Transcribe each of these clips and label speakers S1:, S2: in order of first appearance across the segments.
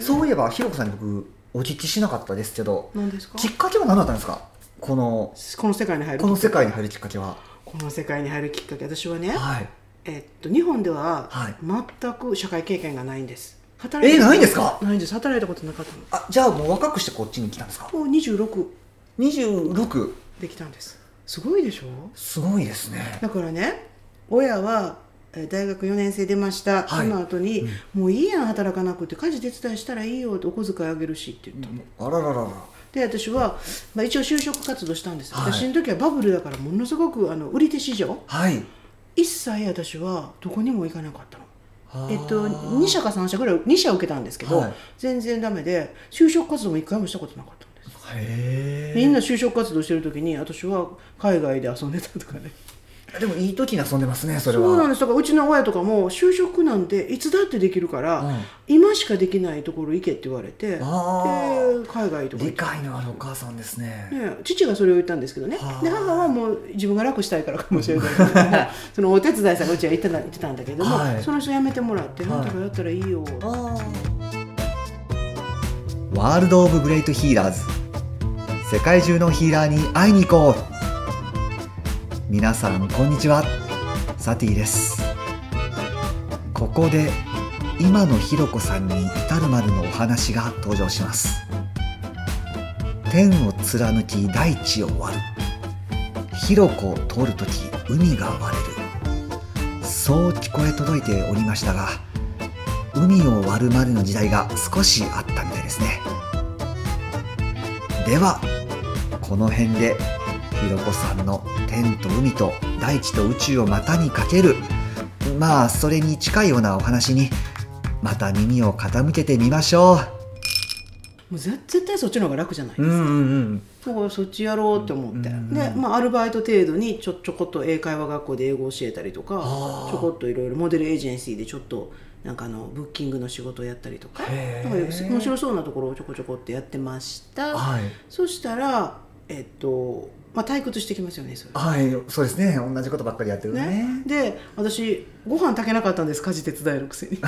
S1: そういえばひろこさんに僕お聞きしなかったですけど
S2: 何ですか
S1: きっかけは何だったんですかこの
S2: この世界に入る
S1: この世界に入るきっかけは
S2: この世界に入るきっかけ私はね、
S1: はい
S2: えっと、日本では
S1: はい
S2: 全く社会経験がないんです働
S1: え
S2: たこと
S1: ないんですか
S2: ないんです働いたことなかったの
S1: あじゃあもう若くしてこっちに来たんですか
S2: もう26
S1: 26
S2: できたんですすごいでしょ
S1: すごいですね
S2: だからね親はえー大学4年生出ました、
S1: はい
S2: その後に、もういいやん働かなくて家事手伝いしたらいいよってお小遣いあげるし」って言ったの、
S1: あらららら
S2: で私は、まあ、一応就職活動したんです、
S1: はい
S2: 私の時はバブルだからものすごくあの売り手市場
S1: はい
S2: 一切私はどこにも行かなかったの
S1: あー
S2: えっと、2社か3社ぐらい2社受けたんですけど、
S1: はい
S2: 全然ダメで就職活動も1回もしたことなかったんです、
S1: へ
S2: みんな就職活動してる時に私は海外で遊んでたとかね
S1: えでもいい時に遊んでますね それ
S2: そ
S1: は
S2: うなんですだからうちの親とかも就職なんていつだってできるから、
S1: うん
S2: 今しかできないところ行けって言われてで
S1: あー
S2: 海外とか行
S1: 理
S2: って
S1: 解のあるお母さんですね
S2: ね、父がそれを言ったんですけどね
S1: はあ
S2: で母はもう自分が楽したいからかもしれないけども そのお手伝いさんがうちは行ってた行ってたんだけども、
S1: はい
S2: その人辞めてもらって「
S1: はい
S2: あんたがやったらいいよ」
S1: ワールド・オブ・グレイト・ヒーラーズ世界中のヒーラーに会いに行こう皆さんこんにちはサティですここで今のひろこさんに至るまでのお話が登場します天を貫き大地を割るひろこを通るとき海が割れるそう聞こえ届いておりましたが海を割るまでの時代が少しあったみたいですねではこの辺でひろこさんの天と海と大地と宇宙を股にかけるまあそれに近いようなお話にまた耳を傾けてみましょ
S2: もうぜ絶対そっちの方が楽じゃない、
S1: う。うんうんうん。
S2: だからそっちやろうって思って、
S1: うん
S2: で、まあ、アルバイト程度にちょちょこっと英会話学校で英語を教えたりとか
S1: あー
S2: ちょこっといろいろモデルエージェンシーでちょっとなんかあのブッキングの仕事をやったりとか
S1: へ
S2: なん
S1: ー
S2: か面白そうなところをちょこちょこってやってました
S1: はい
S2: そしたらえっと、まあ、退屈してきますよねそれ。
S1: はいそうですね同じことばっかりやってるね
S2: ね、で私ご飯炊けなかったんです家事手伝いのく せに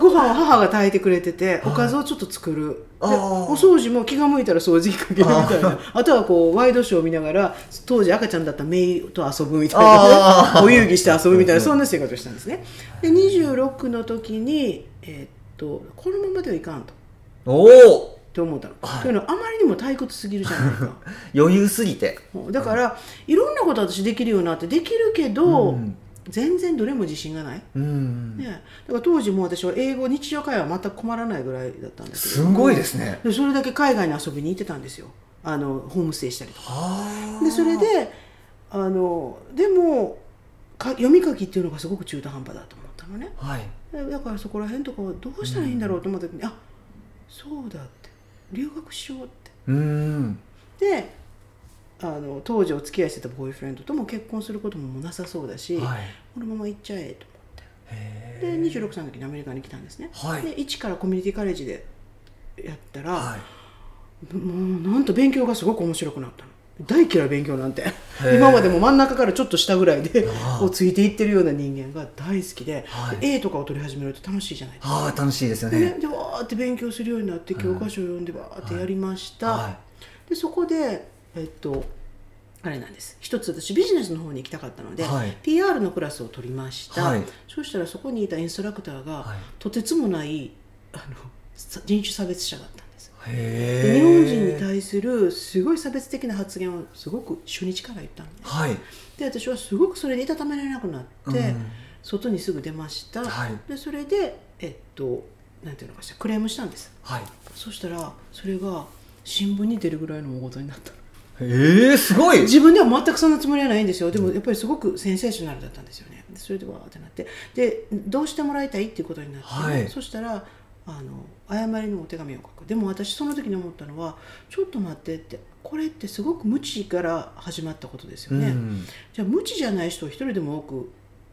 S2: ご飯を母が炊いてくれてておかずをちょっと作るで
S1: あー
S2: お掃除も気が向いたら掃除機かけるみたいなあとはこうワイドショーを見ながら当時赤ちゃんだったメイと遊ぶみたい
S1: あ
S2: な、ね、
S1: ー
S2: お遊戯して遊ぶみたいな
S1: うんうん
S2: そんな生活をしたんですねで26の時にえーっとこのままではいかんと
S1: おお
S2: と思ったの、
S1: はい
S2: というのはあまりにも退屈すぎるじゃないか
S1: 余裕すぎて
S2: だからいろんなこと私できるようになってできるけど、
S1: うん
S2: 全然どれも自信がない、ね、
S1: うん
S2: だから当時もう私は英語日常会話は全く困らないぐらいだったんです
S1: すごいですね
S2: けどそれだけ海外に遊びに行ってたんですよあのホームステイしたりとか
S1: は
S2: でそれであのでもか読み書きっていうのがすごく中途半端だと思ったのね
S1: はい
S2: でだからそこら辺とかはどうしたらいいんだろうと思った時に、あそうだって留学しようって
S1: うん
S2: であの当時お付き合いしてたボーイフレンドとも結婚することももうなさそうだし、
S1: はい
S2: このまま行っちゃえと
S1: へ
S2: で26歳の時にアメリカに来たんですね、
S1: はい
S2: で一からコミュニティカレッジでやったら、
S1: ーはい
S2: もうなんと勉強がすごく面白くなったの大嫌い勉強なんて
S1: え
S2: 今までも真ん中からちょっと下ぐらいで
S1: ああ
S2: をついていってるような人間が大好きで,、
S1: はい
S2: で A とかを取り始めると楽しいじゃないですか
S1: はあ楽しいですよ
S2: で,、
S1: ね
S2: ね、でわーって勉強するようになって教科書を読んでわーってやりました、
S1: は
S2: でそこでえっとあれなんです一つ私ビジネスの方に行きたかったので、
S1: はい
S2: PR のクラスを取りました、
S1: はい
S2: そうしたらそこにいたインストラクターが、
S1: はい
S2: とてつもないあのさ人種差別者だったんです、
S1: い
S2: で
S1: へ
S2: 日本人に
S1: 対
S2: 対するすごい差別的な発言をすごく初日から言ったのね
S1: はい
S2: で私はすごくそれでいたたまれなくなって、
S1: うん
S2: 外にすぐ出ました、
S1: はい
S2: でそれでえっとなんていうのかしらクレームしたんです
S1: はい
S2: そしたらそれが新聞に出るぐらいの大事になったの
S1: ええすごい
S2: 自分では全くそんなつもりはないんですよでもやっぱりすごくセンセーショナルだったんですよねでそれでわーってなってでどうしてもらいたいっていうことになって、
S1: はい
S2: そしたらあの謝りのお手紙を書くでも私その時に思ったのはちょっと待ってってこれってすごく無知から始まったことですよね、
S1: うん
S2: じゃあ無知じゃない人を一人でも多く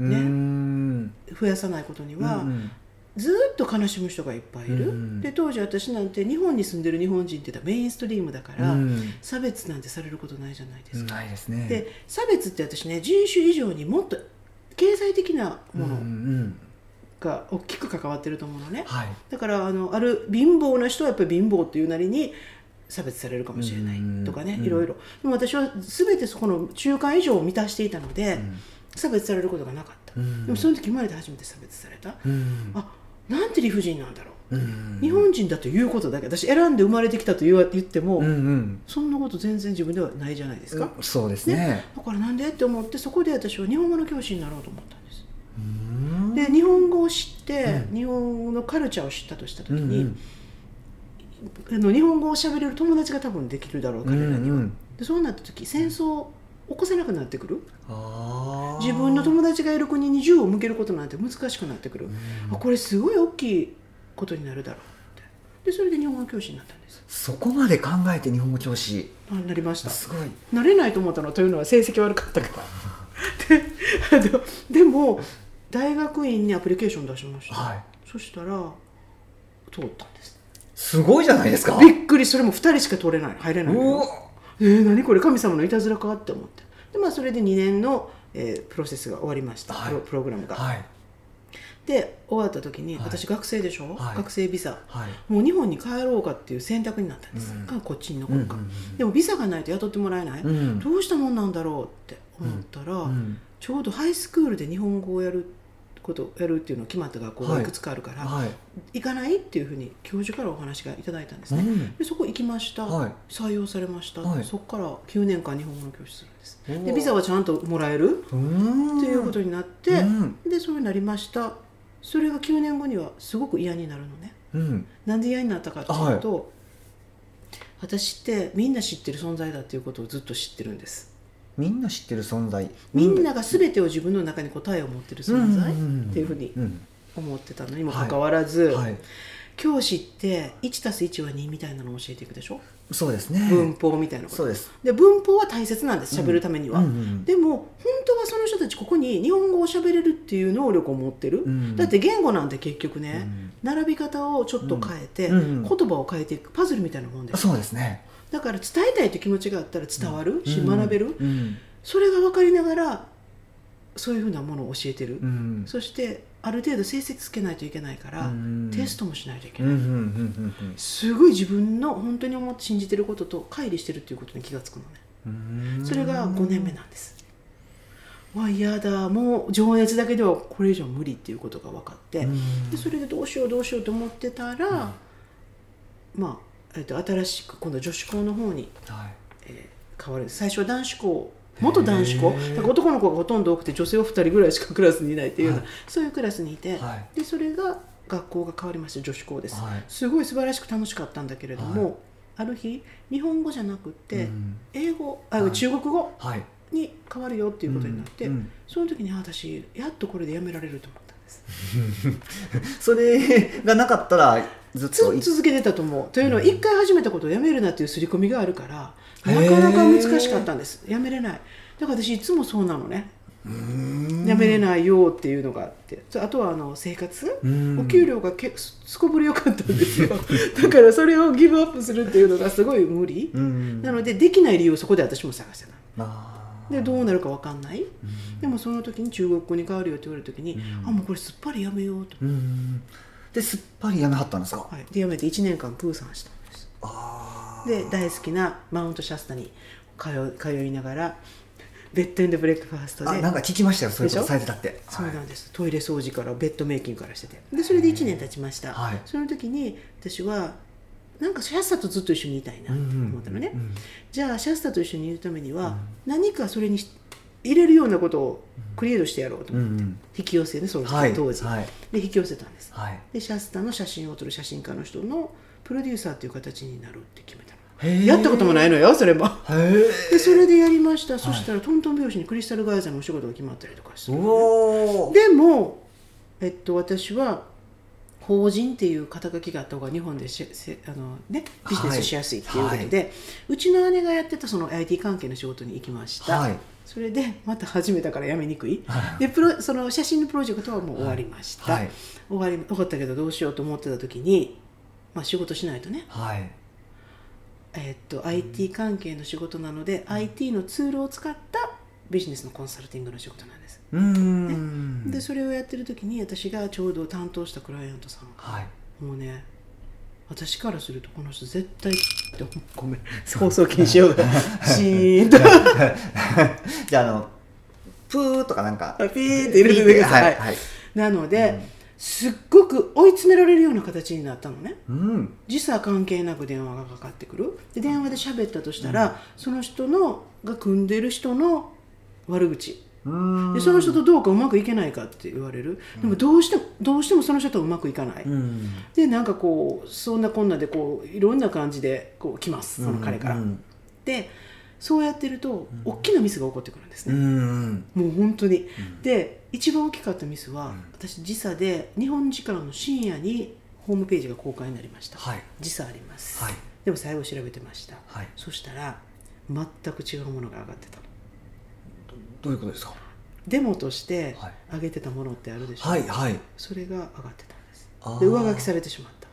S1: うーん
S2: 増やさないことには、
S1: うん
S2: ずーっと悲しむ人がいっぱいいる、
S1: うん
S2: で当時私なんて日本に住んでる日本人って言ったらメインストリームだから、
S1: うん
S2: 差別なんてされることないじゃないですか、
S1: ないですね
S2: で差別って私ね人種以上にもっと経済的なも
S1: うんう
S2: の
S1: ん
S2: が大きく関わってると思うのね
S1: はい
S2: だからあのある貧乏な人はやっぱり貧乏っていうなりに差別されるかもしれないとかね
S1: うん
S2: いろいろでも私は全てそこの中間以上を満たしていたので、
S1: ん
S2: 差別されることがなかった、
S1: うん
S2: でもその時生まれて初めて差別された、
S1: うん
S2: あなんて理不尽なんだろう
S1: うん
S2: 日本人だということだけ私選んで生まれてきたと言わ言っても、
S1: うんうん
S2: そんなこと全然自分ではないじゃないですか、
S1: うんそうですね
S2: だからなんでって思ってそこで私は日本語の教師になろうと思ったんです
S1: うん
S2: で日本語を知って、
S1: うん
S2: 日本のカルチャーを知ったとした時
S1: うんうん
S2: に、あの日本語を喋れる友達が多分できるだろう
S1: う
S2: 彼
S1: ん
S2: らには、
S1: うん
S2: でそうなった時戦争を起こせなくなってくる
S1: あー
S2: 自分の友達がいる国に銃を向けることなんて難しくなってくる、
S1: うん
S2: あこれすごい大きいことになるだろうってでそれで日本語の教師になったんです
S1: そこまで考えて日本語教師
S2: あなりました
S1: すごい
S2: なれないと思ったのというのは成績悪かったからであの でも大学院にアプリケーション出しました、
S1: はい
S2: そしたら通ったんです
S1: すごいじゃないですか
S2: びっくりそれも2人しか取れない入れないのよ
S1: うお
S2: えー、何これ神様のいたずらかって思ってで、まあ、それで2年の、えープロセスが終わりました、
S1: はい
S2: プロプログラムが、
S1: はい
S2: で終わった時に、
S1: はい
S2: 私学生でしょ、
S1: はい
S2: 学生ビザ
S1: はい
S2: もう日本に帰ろうかっていう選択になったんです、
S1: うん
S2: かこっちに残るか、
S1: うんうんうん
S2: でもビザがないと雇ってもらえない、
S1: うん
S2: どうしたもんなんだろうって思ったら、
S1: うん
S2: ちょうどハイスクールで日本語をやることやるっていうのを決まった学校がいくつかあるから、
S1: はい
S2: 行かないっていうふうに教授からお話がいただいたんですね、
S1: うん
S2: でそこ行きました、
S1: はい
S2: 採用されました、
S1: はい
S2: そこから9年間日本語の教師するんです
S1: おー
S2: でビザはちゃんともらえる
S1: う
S2: っ
S1: ん
S2: ていうことになって、
S1: うん
S2: でそういうになりましたそれが9年後にはすごく嫌になるのね
S1: うん
S2: なんで嫌になったかっていうと、私ってみんな知ってる存在だっていうことをずっと知ってるんです
S1: みんな知ってる存在
S2: みんなが全てを自分の中に答えを持ってる存在っていうふうに
S1: ん
S2: 思ってたのにもかかわらず、
S1: はい
S2: 教師って1たす1は2みたいなのを教えていくでしょ
S1: そうですね
S2: 文法みたいなこと
S1: そうです
S2: で文法は大切なんです喋るためには、
S1: うんうん
S2: でも本当はその人たちここに日本語を喋れるっていう能力を持ってる、
S1: うん
S2: だって言語なんて結局
S1: う
S2: ね、
S1: ん
S2: 並び方をちょっと変えて、
S1: うんうん
S2: 言葉を変えていくパズルみたいなもんです
S1: そうですね
S2: だから伝えたいという気持ちがあったら伝わるし、
S1: うん
S2: 学べる
S1: うん
S2: それが分かりながらそういうふうなものを教えてる、
S1: うん
S2: そしてある程度成績つけないといけないから、
S1: うん
S2: テストもしないといけ
S1: う
S2: な
S1: んう
S2: い、
S1: んうんうん
S2: すごい自分の本当に思って信じてることと乖離してるっていうことに気がつくのね
S1: うん
S2: それが5年目なんです。わ嫌だもう情熱だけではこれ以上無理っていうことが分かって、
S1: うん
S2: でそれでどうしようどうしようと思ってたら、まあ、えっと新しく今度女子校の方に、
S1: はい
S2: えー変わる最初は男子校元男子校
S1: へー
S2: だから男の子がほとんど多くて女性は2人ぐらいしかクラスにいないっていうような、
S1: は
S2: そういうクラスにいて、
S1: はい
S2: でそれが学校が変わりました女子校です、
S1: はい
S2: すごい素晴らしく楽しかったんだけれども、
S1: は
S2: ある日日本語じゃなくって、
S1: うん
S2: 英語あ、
S1: はい
S2: 中国語
S1: はいっ
S2: に変わるよって
S1: て
S2: いうことになって、
S1: うん
S2: その時にあ私やっとこれでやめられると思ったんです
S1: それがなかったらずっと
S2: つ続けてたと思うというのは
S1: うん
S2: 一回始めたことをやめるなっていう刷り込みがあるから
S1: へ
S2: な
S1: ー
S2: かなか難しかったんですやめれないだから私いつもそうなのねやめれ
S1: い
S2: ないよっていうのがあってそうあとはあの生活お
S1: お
S2: 給料がけすすこぶりよかったんですよだからそれをギブアップするっていうのがすごい無理なのでできない理由をそこで私も探してたでどうなるか分かんないでもその時に中国語に変わるよって言われた時に、
S1: うん
S2: あもうこれすっぱりやめようと、
S1: うんですっぱりやめはったんですか、
S2: はい、でやめて1年間プーさんしたんです
S1: ああ
S2: で大好きなマウントシャスタに通う通いながらベッドエンドブレックファースト
S1: あ
S2: で
S1: なんか聞きましたよそういうこ
S2: でしょ
S1: とされてたって
S2: そうなん
S1: す
S2: です、トイレ掃除からベッドメイキングからしててでそれで1年経ちました、
S1: はい
S2: その時に私はなんかシャスタとずっと一緒にいたいなと思ったのね、じゃあシャスタと一緒にいるためには、何かそれにし入れるようなことをクリエイトしてやろうと
S1: うんう
S2: 思って、
S1: ん
S2: 引き寄せねその
S1: はい
S2: 当時、
S1: はい
S2: で引き寄せたんです
S1: はい
S2: でシャスタの写真を撮る写真家の人のプロデューサーっていう形になるって決めたの、
S1: へー
S2: やったこともないのよそれも
S1: へ
S2: でそれでやりました、そしたらトントン拍子にクリスタルガイザーのお仕事が決まったりとかして
S1: えおお
S2: でも、えっと、私は法人っていう肩書きがあった方が日本でしせあの、ね、ビジネスしやすいっていうことで、うちの姉がやってたその IT 関係の仕事に行きました、
S1: はい
S2: それでまた始めたからやめにくい
S1: は
S2: でプロその写真のプロジェクトはもう終わりました、
S1: はい
S2: 終わり終わったけどどうしようと思ってた時に、まあ、仕事しないとね、
S1: はい
S2: えっと IT 関係の仕事なので、IT のツールを使ったビジネスのコンサルティングの仕事なんです、
S1: うーん、
S2: ねでそれをやってる時に私がちょうど担当したクライアントさんが
S1: はい
S2: もうね私からするとこの人絶対ってごめん放送禁止用 語シーンと
S1: じゃああのプーとかなんか
S2: ピーって入れてください
S1: はい、はい
S2: なので、
S1: うん
S2: すっごく追い詰められるような形になったのね
S1: うん
S2: 時差関係なく電話がかかってくるで電話で喋ったとしたら、その人のが組んでる人の悪口
S1: うー
S2: で
S1: ん
S2: その人とどうかうまくいけないかって言われるでもどうしてもどうしてもその人とうまくいかない、
S1: うん
S2: でなんかこうそんなこんなでこういろんな感じでこう来ますその彼から、
S1: うん
S2: でそうやってると大きなミスが起こってくるんです
S1: う
S2: ね、
S1: ん
S2: もう本当に、
S1: ん
S2: で一番大きかったミスは、
S1: うん
S2: 私時差で日本時間の深夜にホームページが公開になりました、
S1: はい
S2: 時差あります、
S1: はい
S2: でも最後調べてました
S1: はい
S2: そしたら全く違うものが上がってたの
S1: どどういうことですか
S2: デモとして
S1: はい
S2: 上げてたものってあるでしょ、
S1: はいはい
S2: それが上がってたんです
S1: あー
S2: で上書きされてしまった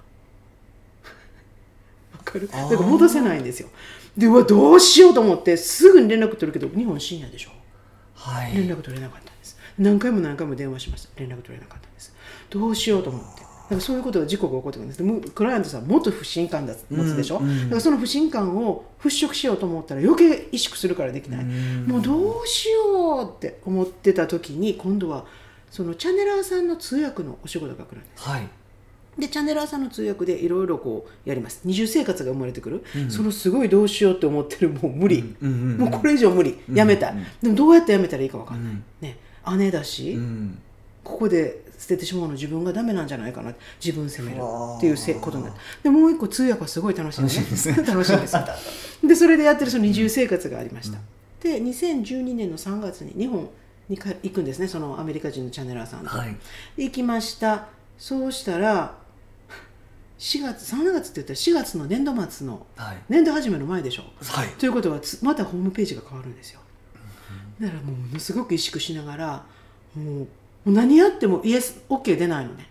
S2: わかる
S1: あー
S2: だから戻せないんですよでうわどうしようと思ってすぐに連絡取るけど日本深夜でしょ
S1: はい
S2: 連絡取れなかったんです何回も何回も電話しました連絡取れなかったんですどうしようと思ってだからそういうことが事故が起こってくるんですでもクライアントさんもっと不信感だ持つでしょ、
S1: うんうん
S2: だからその不信感を払拭しようと思ったら余計萎縮するからできない、
S1: うん
S2: もうどうしようって思ってた時に今度はそのチャネラーさんの通訳のお仕事が来るんです
S1: はい
S2: でチャンネラーさんの通訳でいろいろこうやります二重生活が生まれてくる、
S1: うん
S2: そのすごいどうしようって思ってるもう無理、
S1: うんうんうん
S2: もうこれ以上無理、
S1: うん
S2: やめたい、
S1: うん
S2: でもどうやってやめたらいいか分かんない、
S1: うん
S2: ね、姉だし、
S1: うん
S2: ここで捨ててしまうの自分がダメなんじゃないかな自分責める
S1: うわー
S2: っていうせことになってでもう一個通訳はすごい楽しいのね
S1: 楽しいですね
S2: 楽しいんですよでそれでやってるその二重生活がありました、で2012年の3月に日本にか行くんですねそのアメリカ人のチャンネラーさんと、
S1: はい
S2: 行きましたそうしたら4月3月って言ったら4月の年度末の
S1: はい
S2: 年度始めの前でしょ
S1: はい
S2: ということはつまたホームページが変わるんですよだからもうものすごく萎縮しながらもうもう何やってもイエス OK 出ないのね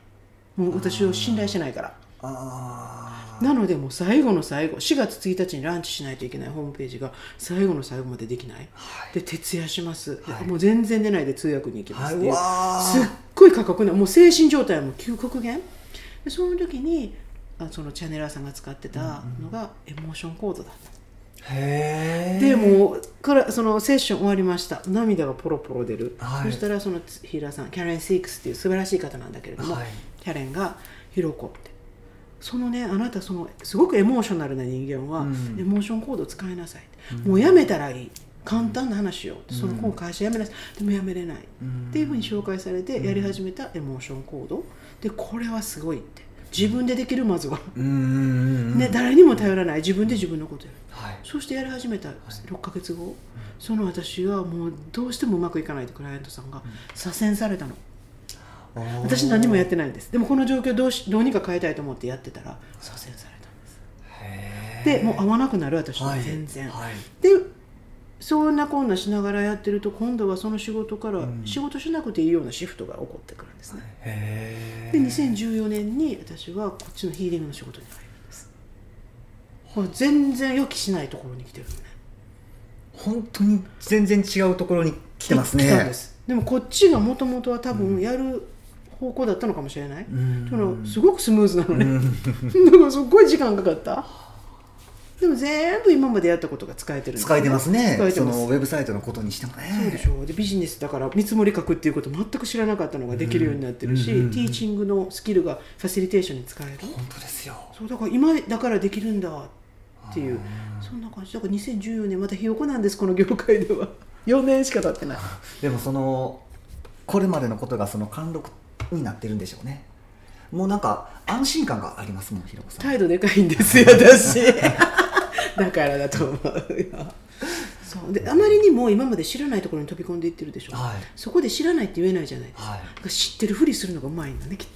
S2: もう私を信頼してないから
S1: あー
S2: なのでもう最後の最後4月1日にランチしないといけないホームページが最後の最後までできない
S1: はい
S2: で徹夜します、で
S1: はい
S2: もう全然出ないで通訳に行きま
S1: は
S2: すっ
S1: い
S2: ていう
S1: わ
S2: すっ
S1: ー
S2: ごい過酷なもう精神状態はもう急極限でその時にあそのチャンネラーさんが使ってたのがエモーションコードだった、
S1: へえ
S2: でもうからそのセッション終わりました涙がポロポロ出る、
S1: はい
S2: そしたらそのヒーラーさんキャレン・シークスっていう素晴らしい方なんだけれども、
S1: はい
S2: キャレンが「ひろこ」ってそのねあなたそのすごくエモーショナルな人間は、
S1: うん
S2: エモーションコードを使いなさいって、もうやめたらいい簡単な話を、その今会社辞めなさいでもやめれない、
S1: うん
S2: っていうふうに紹介されてやり始めたエモーションコードでこれはすごいって自分でできるまずは、
S1: うんうんうんうん
S2: ね、誰にも頼らない自分で自分のことやる
S1: はい
S2: そしてやり始めた6ヶ月後、その私はもうどうしてもうまくいかないとクライアントさんが左遷されたの、
S1: あー
S2: 私何もやってないんですでもこの状況どうしどうにか変えたいと思ってやってたら左遷されたんです
S1: へ
S2: で
S1: ー
S2: もう会わなくなる私は
S1: はい
S2: 全然、
S1: はい
S2: でそんなこんなしながらやってると今度はその仕事から
S1: ん
S2: 仕事しなくていいようなシフトが起こってくるんですね、
S1: へ
S2: で2014年に私はこっちのヒーリングの仕事に入るんですこれ全然予期しないところに来てるのね
S1: 本当に全然違うところに来てますね
S2: 来たんですでもこっちがもともとは多分やる方向だったのかもしれない、
S1: ん
S2: そのすごくスムーズなの
S1: う
S2: ね、
S1: ん
S2: だからすっごい時間かかったでも全部今までやったことが使えてるんです
S1: 使えてますね
S2: 使えて
S1: そ
S2: ます
S1: のウェブサイトのことにしてもね
S2: そうでしょうでビジネスだから見積もり書くっていうこと全く知らなかったのができるようになってるし、
S1: うんうんうんうん
S2: ティーチングのスキルがファシリテーションに使える
S1: 本当ですよ
S2: そうだから今だからできるんだっていうそんな感じだから2014年またひよこなんですこの業界では4年しか経ってない
S1: でもそのこれまでのことがその貫禄になってるんでしょうねもうなんか安心感がありますもんひろこさん
S2: 態度でかいんですよ私 だからだと思うよそうであまりにも今まで知らないところに飛び込んでいってるでしょ、
S1: はい
S2: そこで知らないって言えないじゃないですか、
S1: はい
S2: だから知ってるふりするのがうまいんだねきっ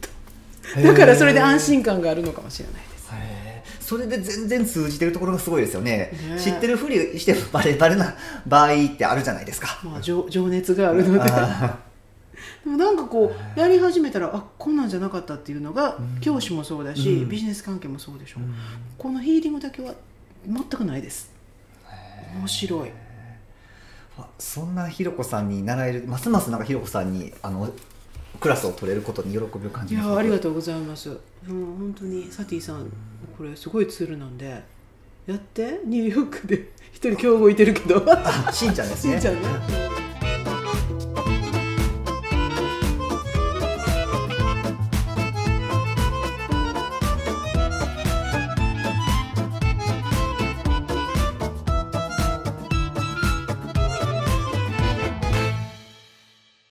S1: へ
S2: と
S1: ー
S2: だからそれで安心感があるのかもしれないです
S1: へーそれで全然通じてるところがすごいですよね
S2: ね
S1: 知ってるふりしてバレバレな場合ってあるじゃないですか
S2: まあ情情熱があるので
S1: あ
S2: でもなんかこうやり始めたらあこんなんじゃなかったっていうのが、教師もそうだし、
S1: うん
S2: ビジネス関係もそうでしょ、このヒーリングだけは全くないです面白い
S1: ーそんなひろこさんに習えるますますなんかひろこさんにあのクラスを取れることに喜びを感じ
S2: い
S1: ます
S2: やありがとうございますもう本当にサティさんこれすごいツールなんでやってニューヨークで一人競合いてるけど
S1: あしんちゃんです
S2: し
S1: ね
S2: んちゃんね